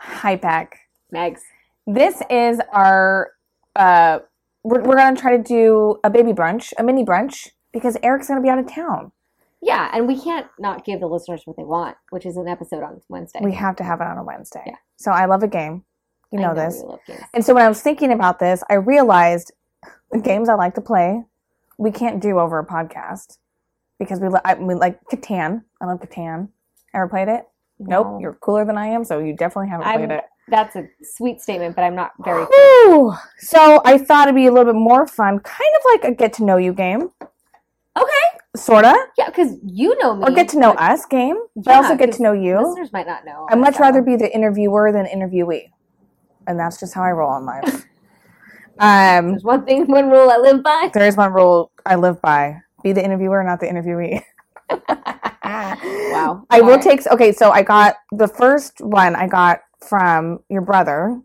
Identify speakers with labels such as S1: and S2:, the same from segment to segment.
S1: Hi, Pack.
S2: Megs.
S1: This is our. Uh, we're, we're gonna try to do a baby brunch, a mini brunch, because Eric's gonna be out of town.
S2: Yeah, and we can't not give the listeners what they want, which is an episode on Wednesday.
S1: We have to have it on a Wednesday.
S2: Yeah.
S1: So I love a game. You
S2: I
S1: know, this.
S2: we love games.
S1: And so when I was thinking about this, I realized the games I like to play, we can't do over a podcast because we, li- I, we like Catan. I love Catan. Ever played it?
S2: No.
S1: Nope. You're cooler than I am, so you definitely haven't
S2: I'm
S1: played it.
S2: Um, That's a sweet statement, but I'm not very.
S1: Whew. So I thought it'd be a little bit more fun, kind of like a get to know you game,
S2: okay.
S1: sorta,
S2: Yeah, because you know me.
S1: or get to know
S2: but
S1: us game, but also
S2: Mm-hmm. Yeah,
S1: get to know you.
S2: Listeners might not know.
S1: I'd
S2: us
S1: much
S2: that
S1: rather
S2: well.
S1: be the interviewer than interviewee, and that's just how I roll in life. um,
S2: There's one thing, one rule I live by.
S1: there is one rule I live by: be the interviewer, not the interviewee.
S2: Wow.
S1: I
S2: All
S1: will
S2: right.
S1: take. Okay, so I got the first one I got from your brother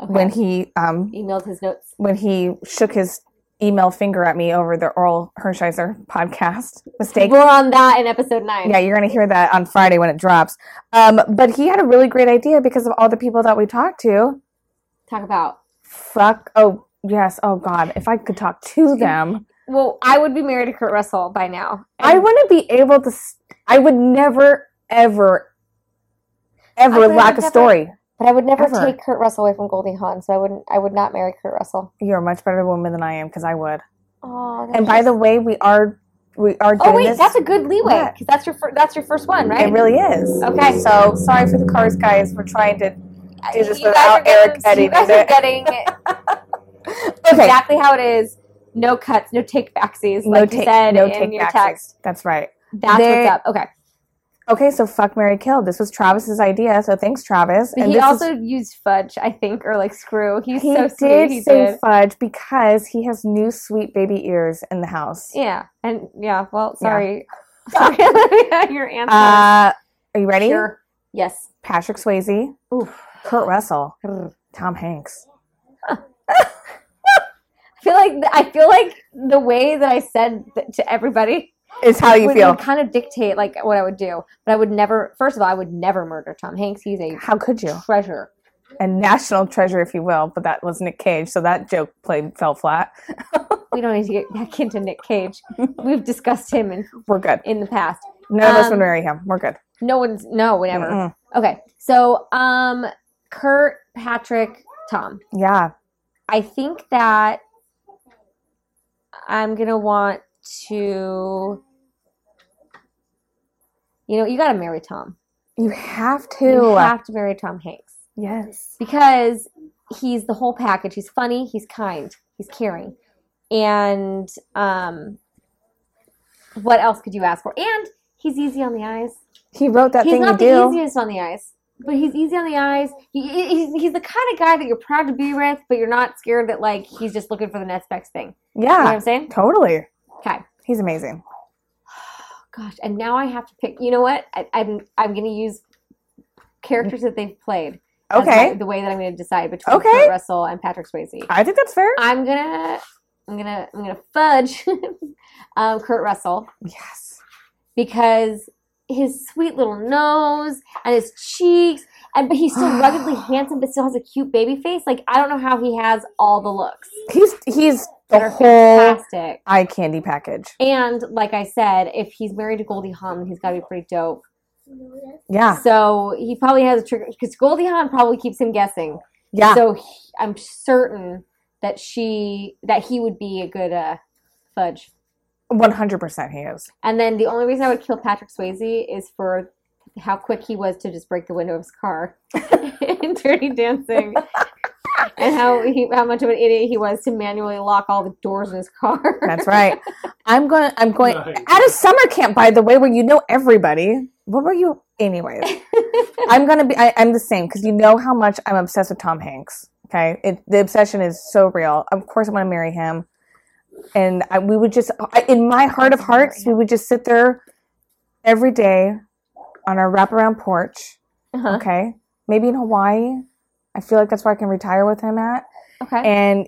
S2: Okay.
S1: when he um
S2: emailed his notes.
S1: when he shook his email finger at me over the Oral Hershiser podcast mistake.
S2: We're on that in episode nine.
S1: Yeah, you're going to hear that on Friday when it drops. Um, but he had a really great idea because of all the people that we talked to.
S2: Talk about.
S1: Fuck. Oh, yes. Oh, God. If I could talk to them,
S3: Well, I would be married to Kurt Russell by now.
S1: I wouldn't be able to. s- I would never, ever,
S3: I
S1: ever
S3: would
S1: lack a
S3: never-
S1: story.
S3: but I would never
S1: Ever.
S3: take Kurt Russell away from Goldie Hawn, so I wouldn't. I would not marry Kurt Russell.
S1: You're a much better woman than I am because I would.
S3: Oh,
S1: And by the way, we are. We are doing
S3: oh wait,
S1: this.
S3: that's a good leeway
S1: Yeah.
S3: because that's your fir- that's your first one, right?
S1: It really is.
S3: Okay.
S1: So sorry for the cars, guys. We're trying to do this
S3: You guys are
S1: without Eric
S3: getting, you
S1: editing
S3: guys are
S1: it.
S3: getting
S1: Okay.
S3: exactly how it is. No cuts, no take backsies,
S1: No
S3: like
S1: take,
S3: you said
S1: no
S3: in
S1: take
S3: your
S1: backsies.
S3: text.
S1: That's right.
S3: That's
S1: There-
S3: what's up. Okay.
S1: Okay, so fuck Mary Kill. This was Travis's idea, so thanks, Travis.
S3: But
S1: And
S3: he
S1: this
S3: also used fudge, I think, or like screw.
S1: is,
S3: He's
S1: he
S3: so sweet.
S1: did
S3: he
S1: say
S3: did.
S1: fudge because he has new sweet baby ears in the house.
S3: Yeah, and yeah. Well,
S1: Yeah.
S3: sorry, sorry, Olivia, your answer.
S1: Uh, are you ready?
S2: Sure. Yes.
S1: Patrick Swayze,
S2: Oof.
S1: Kurt Russell,
S2: Grr.
S1: Tom Hanks.
S3: I feel like I feel like the way that I said th- to everybody
S1: Is how you
S3: would,
S1: feel.
S3: would kind of dictate like what I would do. But I would never. First of all, I would never murder Tom Hanks. He's a
S1: How could you?
S3: treasure.
S1: A national treasure, if you will, but that was Nick Cage, so that joke played fell flat.
S3: We don't need to get back into Nick Cage. We've discussed him in
S1: We're good.
S3: in the past.
S1: None of us would
S3: Um,
S1: marry him. We're good.
S3: No one's no, whatever.
S1: Mm-mm.
S3: Okay, so um, Kurt, Patrick, Tom.
S1: Yeah.
S3: I think that I'm gonna want to. You know, you gotta marry Tom.
S1: You have to.
S3: You have to marry Tom Hanks
S1: yes.
S3: because he's the whole package. He's funny. He's kind. He's caring. And um, what else could you ask for? And he's easy on the eyes.
S1: He wrote that
S3: he's
S1: thing you
S3: not the
S1: do.
S3: easiest on the eyes, but he's easy on the eyes. He, he- he's, he's the kind of guy that you're proud to be with, but you're not scared that like he's just looking for the next best thing. You know what
S1: Yeah.
S3: I'm saying?
S1: Totally.
S3: Okay.
S1: He's amazing.
S3: Gosh, and now I have to pick. You know what? I, I'm I'm gonna use characters that they've played. as
S1: Okay.
S3: my- the way that I'm gonna decide between
S1: Okay.
S3: Kurt Russell and Patrick Swayze.
S1: I think that's fair.
S3: I'm gonna I'm gonna I'm gonna fudge um, Kurt Russell
S1: Yes.
S3: because his sweet little nose and his cheeks and but he's still ruggedly handsome but still has a cute baby face. Like I don't know how he has all the looks.
S1: He's he's
S3: that
S1: the
S3: are
S1: whole
S3: fantastic.
S1: eye candy package.
S3: And like I said, if he's married to Goldie Hawn, he's got to be pretty dope.
S1: Yeah.
S3: So he probably has a trigger because Goldie Hawn probably keeps him guessing.
S1: Yeah.
S3: So he, I'm certain that she that he would be a good uh, fudge.
S1: One hundred percent he is.
S3: And then the only reason I would kill Patrick Swayze is for how quick he was to just break the window of his car in Dirty Dancing, and how he how much of an idiot he was to manually lock all the doors in his car.
S1: That's right. I'm going I'm going
S4: Nice.
S1: at a summer camp by the way where you know everybody. What were you anyways? I'm gonna be I, I'm the same because you know how much I'm obsessed with Tom Hanks. Okay. It, the obsession is so real. Of course I'm gonna marry him. And I, we would just I, in my heart of hearts, we would just sit there every day on our wraparound porch.
S3: Uh-huh.
S1: Okay. Maybe in Hawaii. I feel like that's where I can retire with him at.
S3: Okay.
S1: And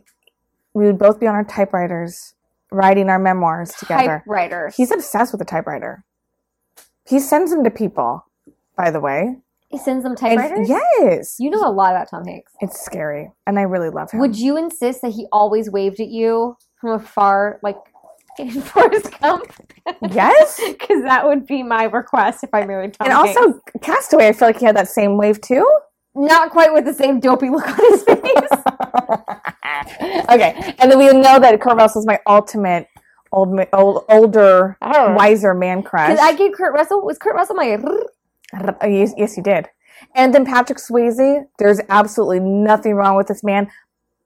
S1: we would both be on our typewriters writing our memoirs together.
S3: Typewriter.
S1: He's obsessed with the typewriter. He sends them to people, by the way.
S3: He sends them
S1: And-
S3: typewriters.
S1: yes.
S3: You know a lot about Tom Hanks.
S1: It's scary. And I really love him.
S3: Would you insist that he always waved at you from afar, like in Forrest Gump?
S1: yes.
S3: Because that would be my request if I married Tom
S1: And
S3: Hanks.
S1: also, Castaway, I feel like he had that same wave too.
S3: not quite with the same dopey look on his face.
S1: okay. And then we know that Kurt Russell's my ultimate old, ma- old older,
S3: I don't know.
S1: wiser man crush.
S3: Did Oh. I give Kurt Russell? Was Kurt Russell my?
S1: Uh, Yes, yes, you did. And then Patrick Swayze, there's absolutely nothing wrong with this man,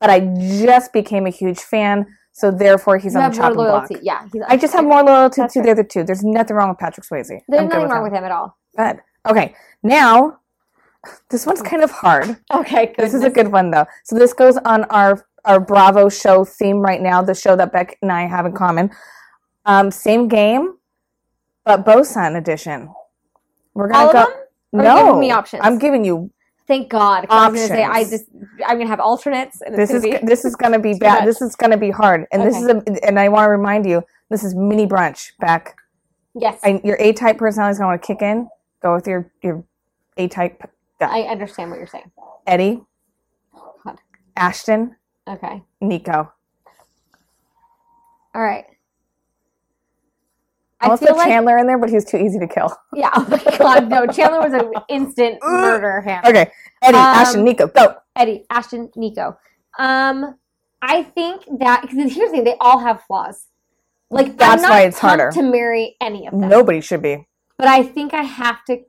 S1: but I just became a huge fan, so therefore he's
S3: You
S1: on
S3: have
S1: the
S3: more
S1: chopping
S3: loyalty.
S1: block.
S3: Yeah, he's,
S1: I just have more loyalty
S3: That's
S1: to the
S3: fair.
S1: other two. There's nothing wrong with Patrick Swayze.
S3: There's
S1: I'm good
S3: nothing wrong
S1: him.
S3: with him at all.
S1: But okay, now this one's kind of hard.
S3: Okay, good.
S1: This is a good one though. So this goes on our our Bravo show theme right now, the show that Beck and I have in common. Um, same game, but Bosun edition. We're gonna
S3: All of
S1: go.
S3: them? Or are you giving me options?
S1: I'm giving you.
S3: Thank God. 'cause I was gonna say I
S1: Options.
S3: just I'm gonna have alternates, and
S1: This
S3: it's
S1: is
S3: gonna be
S1: this is gonna be
S3: too
S1: bad.
S3: much.
S1: This is gonna be hard, and this
S3: Okay.
S1: is a, and I want to remind you, this is mini brunch. Back,
S3: yes. I,
S1: I, your A type personality is gonna want to kick in. Go with your your A type
S3: understand what you're saying.
S1: Eddie,
S3: God.
S1: Ashton,
S3: Okay.
S1: Nico.
S3: All right.
S1: I
S3: I
S1: almost
S3: feel
S1: put
S3: like
S1: Chandler in there, but he was too easy to kill.
S3: yeah. Oh my God, no! Chandler was an instant
S1: Ugh.
S3: murder. Him.
S1: Okay, Eddie,
S3: Um,
S1: Ashton, Nico, go.
S3: Eddie, Ashton, Nico. Um, I think that because here's the thing: they all have flaws. Like
S1: That's
S3: I'm not
S1: why it's
S3: pumped
S1: harder.
S3: to marry any of them.
S1: Nobody should be.
S3: But I think I have to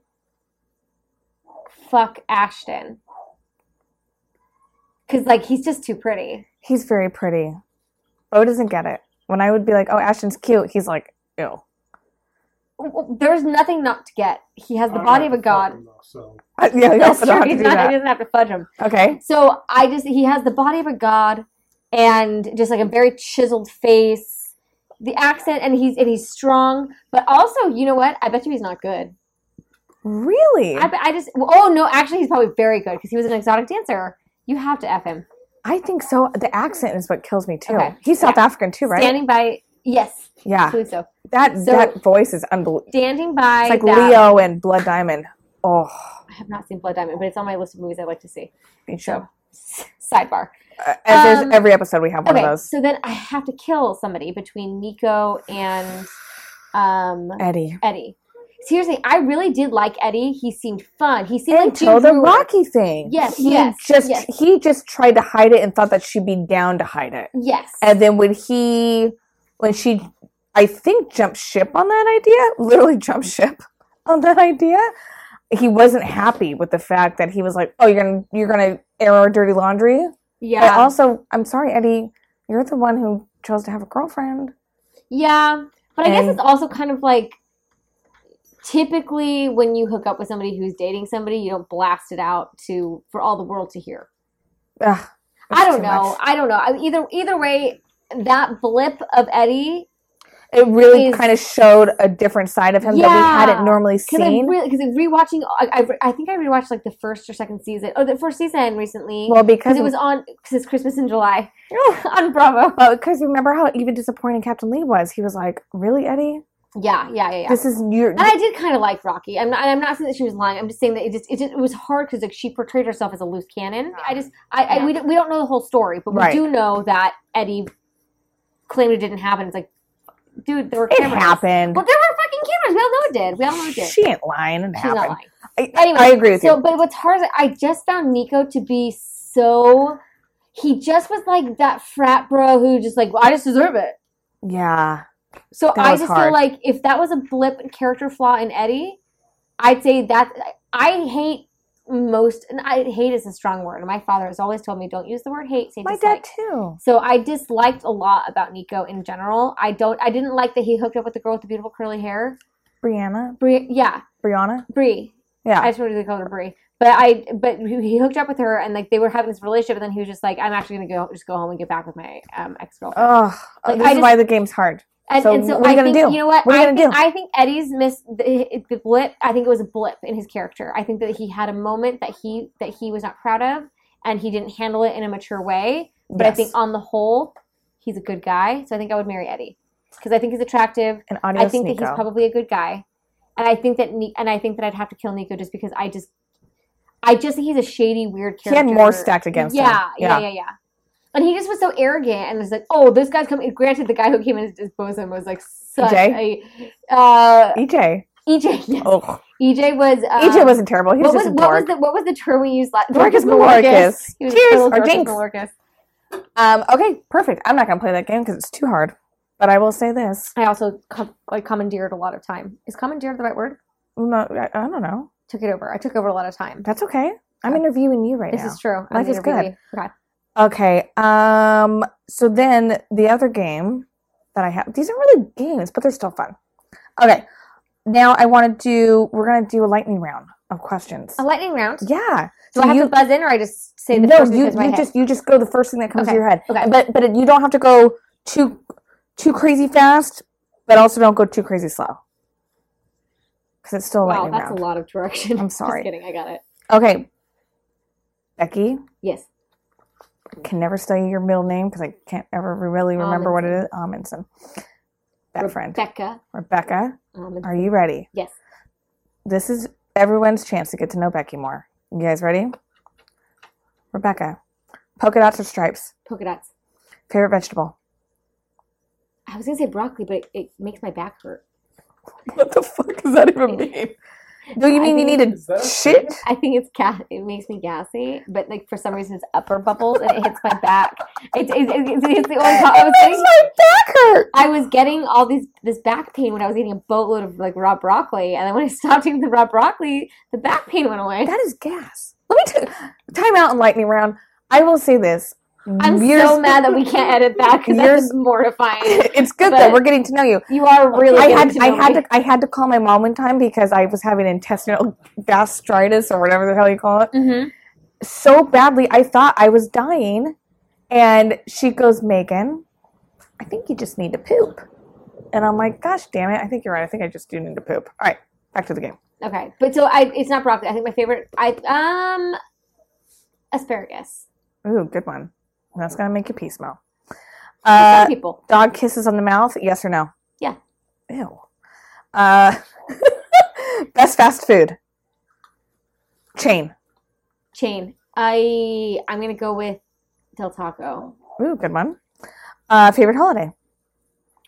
S3: fuck Ashton because like he's just too pretty.
S1: He's very pretty. Bo doesn't get it. When I would be like, "Oh, Ashton's cute," he's like, "Ew."
S3: There's nothing not to get. He has the body of a god.
S4: So
S1: I- yeah,
S3: That's
S1: I don't have
S3: true.
S1: to
S3: He's
S1: do
S3: not.
S1: that.
S3: He doesn't have to fudge him.
S1: Okay.
S3: So I just he has the body of a god and just like a very chiseled face, the accent, and he's and he's strong. But also, you know what? I bet you he's not good.
S1: Really?
S3: I,
S1: I,
S3: bet- I just oh no, actually he's probably very good because he was an exotic dancer. You have to f him.
S1: think so. The accent is what kills me too.
S3: Okay.
S1: He's South African too, right?
S3: Standing by, yes, I
S1: yeah.
S3: believe so.
S1: That
S3: So-
S1: that voice is unbelievable.
S3: Standing by,
S1: It's like
S3: that-
S1: Leo and Blood Diamond. Oh,
S3: I have not seen Blood Diamond, but it's on my list of movies I'd like to see.
S1: big
S3: So,
S1: show.
S3: sidebar.
S1: Uh, and there's
S3: Um,
S1: every episode we have one
S3: Okay,
S1: of those.
S3: so then I have to kill somebody between Nico and um,
S1: Eddie.
S3: Eddie. Seriously, I really did like Eddie. He seemed fun. He seemed like
S1: Until
S3: Jim
S1: Oh, the
S3: Brewer.
S1: Rocky thing.
S3: Yes,
S1: He
S3: yes,
S1: just
S3: yes.
S1: he just tried to hide it and thought that she'd be down to hide it.
S3: Yes.
S1: And then when he, when she, I think jumped ship on that idea, literally jumped ship on that idea. He wasn't happy with the fact that he was like, "Oh, you're gonna you're gonna air our dirty laundry." But
S3: yeah.
S1: also, I'm sorry, Eddie, you're the one who chose to have a girlfriend.
S3: yeah. But I guess
S1: And-
S3: it's also kind of like typically when you hook up with somebody who's dating somebody, you don't blast it out to for all the world to hear.
S1: Ugh,
S3: I
S1: it's
S3: don't
S1: too
S3: know.
S1: much.
S3: I don't know. I, either either way, that blip of Eddie
S1: It really
S3: Is-
S1: kind of showed a different side of him that we hadn't
S3: Yeah.
S1: normally
S3: Because I
S1: seen.
S3: really, because rewatching, I, I, re- I think I rewatched like the first or second season, or the first season recently.
S1: well, because
S3: because it was on because it's Christmas in July on Bravo.
S1: Well, because remember how even disappointing Captain Lee was. He was like, "Really, Eddie?
S3: Yeah, yeah, yeah, yeah.
S1: This is your
S3: and I did kind of like Rocky. I'm not, and I'm not saying that she was lying. I'm just saying that it just it, just, it was hard because like she portrayed herself as a loose cannon. I just I, I we, don't, we don't know the whole story, but we
S1: Right.
S3: do know that Eddie claimed it didn't happen. It's like, dude, there were
S1: it
S3: cameras.
S1: happened."
S3: Well, there were fucking cameras. We all know it did. We all know it did.
S1: She ain't lying. It
S3: She's
S1: happened.
S3: not lying.
S1: I,
S3: Anyway,
S1: I agree with
S3: so,
S1: you.
S3: but what's hard is I just found Nico to be so. He just was like that frat bro who just like I just deserve it.
S1: Yeah.
S3: So
S1: That
S3: I
S1: was
S3: just
S1: hard.
S3: feel like if that was a blip character flaw in Eddie, I'd say that I hate most, and I hate is a strong word. And my father has always told me don't use the word hate. Say
S1: My
S3: dislike.
S1: dad, too.
S3: So I disliked a lot about Nico in general. I don't. I didn't like that he hooked up with the girl with the beautiful curly hair.
S1: Brianna?
S3: Bri, yeah,
S1: Brianna?
S3: Brie. I
S1: Yeah.
S3: just wanted to call her Brie. But I, but he he hooked up with her, and like they were having this relationship, and then he was just like, "I'm actually gonna go, just go home and get back with my um, ex girlfriend."
S1: Ugh.
S3: Like,
S1: this
S3: I
S1: is
S3: just-
S1: why the game's hard.
S3: and,
S1: Oh, so
S3: and so
S1: what are you
S3: I
S1: gonna
S3: think
S1: do?
S3: you know what,
S1: What are you
S3: I
S1: gonna
S3: think
S1: do?
S3: I think Eddie's missed the, the blip. I think it was a blip in his character. I think that he had a moment that he that he was not proud of, and he didn't handle it in a mature way. But I
S1: Yes.
S3: think on the whole, He's a good guy, so I think I would marry Eddie because I think he's attractive.
S1: And audio
S3: I think that he's
S1: Nico.
S3: probably a good guy, and I think that Ni- and I think that I'd have to kill Nico just because I just, I just think he's a shady, weird
S1: he
S3: character.
S1: had more stacked against
S3: yeah,
S1: him.
S3: Yeah, yeah, yeah, And he just was so arrogant and was like, "Oh, this guy's coming." Granted, the guy who came in as his bosom was like such
S1: EJ?
S3: a uh,
S1: EJ.
S3: EJ. Yes.
S1: E Oh,
S3: EJ was um,
S1: EJ wasn't terrible. He was
S3: what was
S1: just a
S3: what was
S1: dork.
S3: the what was the term we used last?
S1: Dorcas Malorcas.
S3: He was
S1: Cheers,
S3: total
S1: or
S3: Dorcas
S1: Jinx.
S3: Malorcas.
S1: Um, okay, perfect. I'm not gonna play that game because it's too hard. But I will say this.
S3: I also com- like commandeered a lot of time. Is commandeered the right word?
S1: No, I, I don't know.
S3: Took it over. I took over a lot of time.
S1: That's okay. I'm interviewing you right
S3: This
S1: now.
S3: is true.
S1: Life is good.
S3: really- Okay.
S1: Okay. Um. So then the other game that I have. These are really games, but they're still fun. Okay. Now I want to do. We're gonna do a lightning round of questions.
S3: A lightning round.
S1: Yeah.
S3: Oh. Do
S1: So
S3: I have
S1: you-
S3: to buzz in, or I just say the
S1: no,
S3: first
S1: you
S3: because my
S1: you
S3: head?
S1: just you just go the first thing that comes to
S3: Okay,
S1: your head.
S3: okay.
S1: But but you don't have to go too too crazy fast, but also don't go too crazy slow. Because it's still a
S3: wow,
S1: lightning
S3: that's
S1: round.
S3: a lot of direction.
S1: I'm sorry.
S3: Just kidding. I got it.
S1: Okay. Becky
S3: Yes.
S1: can never tell you your middle name because I can't ever really
S3: Oh,
S1: remember what it is. Oh, Amundsen. That friend.
S3: Becca.
S1: Rebecca,
S3: Um,
S1: are you ready?
S3: yes.
S1: This is everyone's chance to get to know Becky more. You guys ready? Rebecca, polka dots or stripes?
S3: Polka dots.
S1: Favorite vegetable?
S3: I was gonna say broccoli, but it, it makes my back hurt.
S1: What the fuck does that even mean? Do you
S3: I
S1: mean you
S3: think-
S1: need
S4: Is that
S1: a
S4: a
S1: shit?
S3: I think it's gas. It makes me gassy, but like for some reason, it's upper bubbles and it hits my back. It's it's, it's, it's the only problem. I was,
S1: It makes
S3: getting,
S1: my back hurt.
S3: I was getting all these this back pain when I was eating a boatload of like raw broccoli, and then when I stopped eating the raw broccoli, the back pain went away.
S1: That is gas. Let me t- time out and lightning round. I will say this.
S3: I'm
S1: You're-
S3: so mad that we can't edit that because
S1: Years-
S3: that's mortifying.
S1: it's good though.
S3: but-
S1: We're getting to know you.
S3: You are really.
S1: I
S3: getting
S1: had
S3: to
S1: I
S3: know
S1: had
S3: me.
S1: to I had to call my mom one time because I was having intestinal gastritis or whatever the hell you call it.
S3: Mhm.
S1: so badly. I thought I was dying. And she goes, Megan, I think you just need to poop. And I'm like, gosh damn it. I think you're right. I think I just do need to poop. All right, back to the game.
S3: Okay, but so I it's not broccoli. I think my favorite. I um asparagus.
S1: Ooh, good one. That's going to make your pee smell.
S3: For
S1: Uh,
S3: some people.
S1: dog kisses on the mouth, yes or no?
S3: Yeah.
S1: Ew. Uh, best fast food? Chain.
S3: chain. I I'm gonna go with Del Taco.
S1: Ooh, good one. Uh, favorite holiday?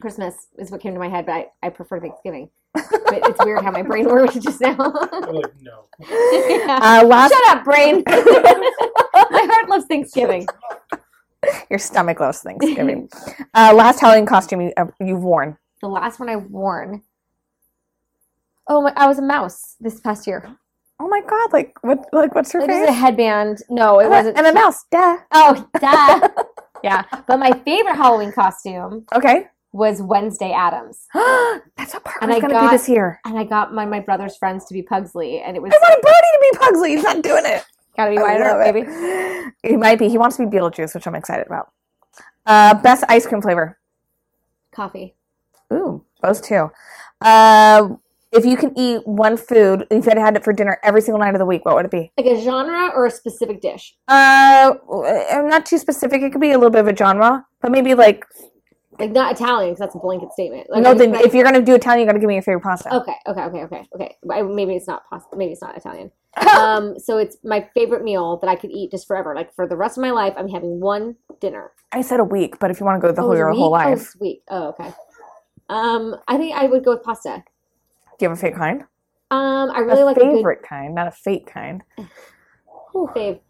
S3: Christmas is what came to my head, but I, I prefer Thanksgiving. But it's weird how my brain works just now.
S4: I'm like, no.
S3: Yeah.
S1: Uh, last,
S3: Shut up, brain. my heart loves Thanksgiving.
S1: Your stomach loves Thanksgiving. uh, last Halloween costume you, uh, you've worn.
S3: The last one I worn. Oh my! I was a mouse this past year.
S1: Oh my god! Like what? Like what's your
S3: It was a
S1: favorite?
S3: headband. No, it wasn't.
S1: I'm a mouse. Duh.
S3: Oh, duh. yeah. But my favorite Halloween costume
S1: Okay.
S3: was Wednesday Adams,
S1: That's what Parker's
S3: And I
S1: gonna
S3: got-
S1: be this year.
S3: and I got my my brother's friends to be Pugsley, and it was
S1: I want Brody to be Pugsley. He's not doing it.
S3: gotta be
S1: I
S3: wider,
S1: love it.
S3: baby.
S1: He might be. He wants to be Beetlejuice, which I'm excited about. Uh, best ice cream flavor.
S3: Coffee.
S1: Ooh, those two. Uh, if you can eat one food, if you had had it for dinner every single night of the week, what would it be?
S3: Like a genre or a specific dish?
S1: Uh, I'm not too specific. It could be a little bit of a genre, but maybe like
S3: Like not Italian, because that's a blanket statement. Like,
S1: no.
S3: I-
S1: Then
S3: like-
S1: if you're gonna do Italian, you gotta give me your favorite pasta.
S3: okay, okay, okay, okay, okay. But I, maybe it's not possible. Maybe it's not Italian. um, so it's my favorite meal that I could eat just forever. Like for the rest of my life, I'm having one dinner.
S1: I said a week, but if you want to go the
S3: Oh,
S1: whole your
S3: week?
S1: whole
S3: Oh,
S1: life,
S3: sweet. Oh, okay. Um, I think I would go with pasta.
S1: do you have a fake kind?
S3: Um, I Oh. really
S1: a
S3: like
S1: favorite kind, not a fake kind.
S3: a good fave.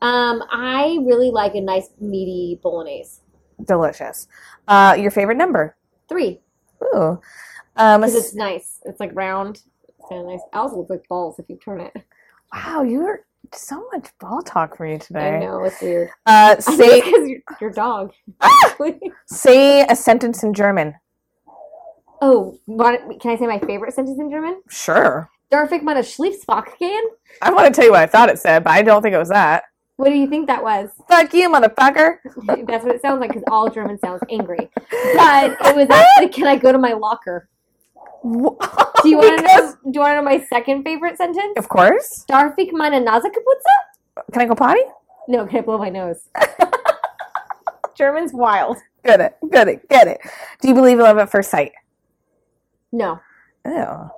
S3: Um, I really like a nice meaty bolognese.
S1: Delicious. Uh, your favorite number?
S3: Three,
S1: Ooh. Um,
S3: because it's nice. It's like round. It's kind of nice. It also looks like balls if you turn it.
S1: wow, you are so much ball talk for you
S3: I
S1: today.
S3: know it's weird.
S1: Uh, say Ah!
S3: because your, your dog.
S1: say a sentence in German.
S3: oh, what, can I say my favorite sentence in German?
S1: Sure.
S3: Darfik meine Schließfach gehen?
S1: I want to tell you what I thought it said, but I don't think it was that.
S3: What do you think that was?
S1: Fuck you, motherfucker.
S3: That's what it sounds like because all German sounds angry. But it was actually, can I go to my locker? Do you want to know?
S1: Because-
S3: Do you want to know my second favorite sentence?
S1: Of course.
S3: Darf ich meine Nase kaputzen?
S1: Can I go potty?
S3: No, can I blow my nose? German's wild.
S1: Get it. Get it. Get it. Do you believe in love at first sight?
S3: No.
S1: Ew.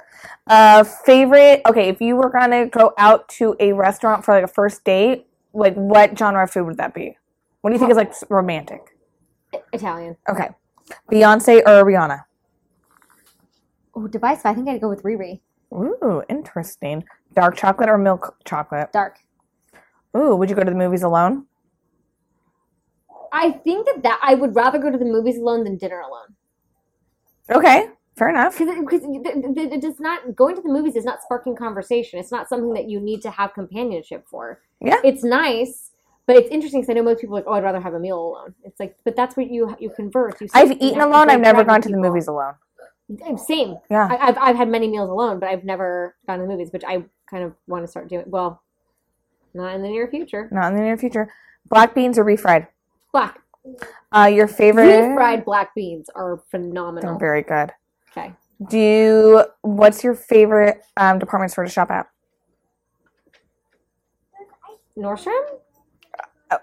S1: Uh, favorite. Okay, if you were gonna go out to a restaurant for like a first date, like what genre of food would that be? What do you think is like s- romantic?
S3: I- Italian.
S1: Okay, Beyonce or Rihanna?
S2: Oh, divisive. I think I'd go with Riri.
S1: Ooh, interesting. Dark chocolate or milk chocolate?
S2: Dark.
S1: Ooh, would you go to the movies alone?
S3: I think that, that I would rather go to the movies alone than dinner alone.
S1: Okay, fair enough.
S3: Because it, it, it does not, going to the movies is not sparking conversation. It's not something that you need to have companionship for.
S1: Yeah.
S3: It's nice, but it's interesting because I know most people are like, oh, I'd rather have a meal alone. It's like, but that's what you you converse. You
S1: I've
S3: sit and
S1: eaten
S3: have-
S1: alone.
S3: you
S1: I've never
S3: interact
S1: gone
S3: with
S1: to the Ah.
S3: people.
S1: movies alone.
S3: I'm- Same.
S1: Yeah.
S3: I, I've I've had many meals alone, but I've never gone to the movies, which I kind of want to start doing. Well, not in the near future.
S1: Not in the near future. Black beans or refried?
S3: Black
S1: Uh, your favorite?
S3: refried black beans are
S1: They're
S3: phenomenal.
S1: very good.
S3: Okay,
S1: Do you, what's your favorite um, department store to shop at?
S3: Nordstrom.
S1: Oh.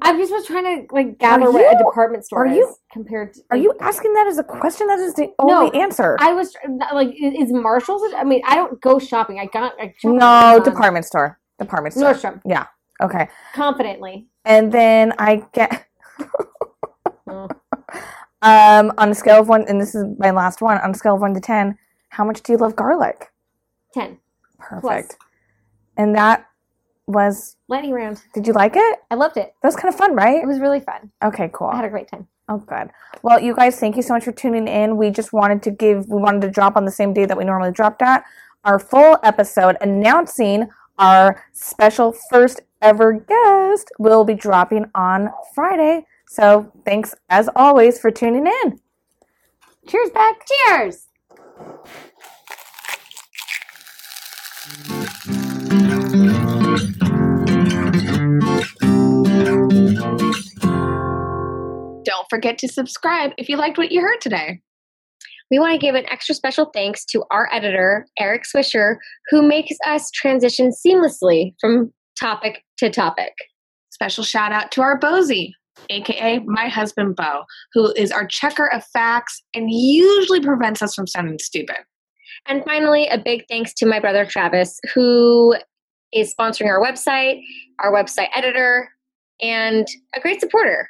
S3: I just was trying to like gather
S1: Are
S3: what a
S1: you-
S3: department store
S1: are you-
S3: is compared. To,
S1: Are
S3: like,
S1: you asking that as a question? That is the
S3: No,
S1: only answer.
S3: I was tr- like, i- is Marshalls? a- I mean, I don't go shopping. I got I shop at
S1: no,
S3: Amazon.
S1: department store. Department store.
S3: Nordstrom
S1: Okay.
S3: confidently.
S1: And then I get
S3: Oh.
S1: um on a scale of one, and this is my last one, on a scale of one to ten, how much do you love garlic?
S3: Ten
S1: Perfect. And that was
S2: Lightning round.
S1: did you like it?
S2: I loved it.
S1: That was kind of fun, right?
S2: It was really fun.
S1: Okay, cool.
S2: I had a great time.
S1: Oh, good. Well, you guys, thank you so much for tuning in. We just wanted to give, we wanted to drop on the same day that we normally dropped at our full episode announcing our special first ever guest will be dropping on Friday. So thanks as always for tuning in.
S2: Cheers, back. Cheers.
S4: Don't forget to subscribe if you liked what you heard today.
S5: we want to give an extra special thanks to our editor, Eric Swisher, who makes us transition seamlessly from topic to topic.
S4: Special shout out to our Bozy, aka my husband Bo, who is our checker of facts and usually prevents us from sounding stupid.
S5: And finally, a big thanks to my brother, Travis, who is sponsoring our website, our website editor, and a great supporter.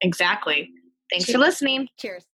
S4: Exactly. Thanks for listening.
S5: Cheers.